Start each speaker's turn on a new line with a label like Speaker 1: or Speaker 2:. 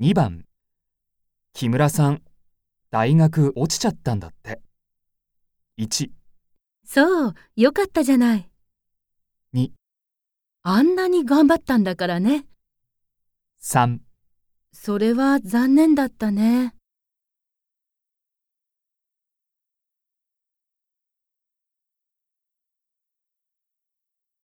Speaker 1: 2番木村さん大学落ちちゃったんだって1
Speaker 2: そう、よかったじゃない。
Speaker 1: に
Speaker 2: あんなに頑張ったんだからね。
Speaker 1: 3
Speaker 2: それは残念だったね。